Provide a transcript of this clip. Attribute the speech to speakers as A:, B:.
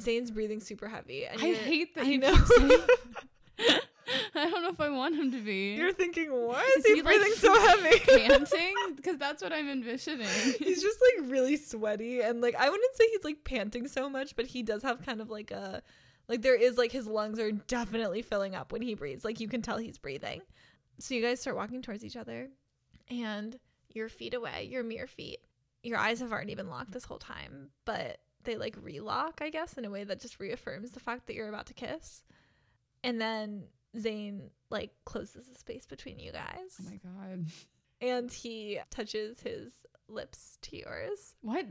A: Zane's breathing super heavy. And
B: I
A: you're-
B: hate that
A: I
B: you
A: know.
B: keep saying. I don't know if I want him to be.
A: You're thinking, what?
B: Is
A: Is
B: he,
A: he
B: like,
A: breathing so heavy?
B: panting because that's what I'm envisioning. Oh
A: he's just like really sweaty and like I wouldn't say he's like panting so much, but he does have kind of like a like there is like his lungs are definitely filling up when he breathes. Like you can tell he's breathing. So you guys start walking towards each other and your feet away, your mere feet. Your eyes have already been locked this whole time, but they like relock, I guess, in a way that just reaffirms the fact that you're about to kiss. And then Zane like closes the space between you guys
B: Oh my god.
A: and he touches his lips to yours.
B: What